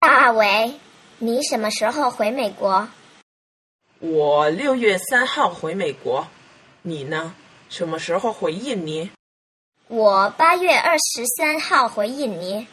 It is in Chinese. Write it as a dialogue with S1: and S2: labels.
S1: 大为，你什么时候回美国？
S2: 我六月三号回美国，你呢？什么时候回印尼？
S1: 我八月二十三号回印尼。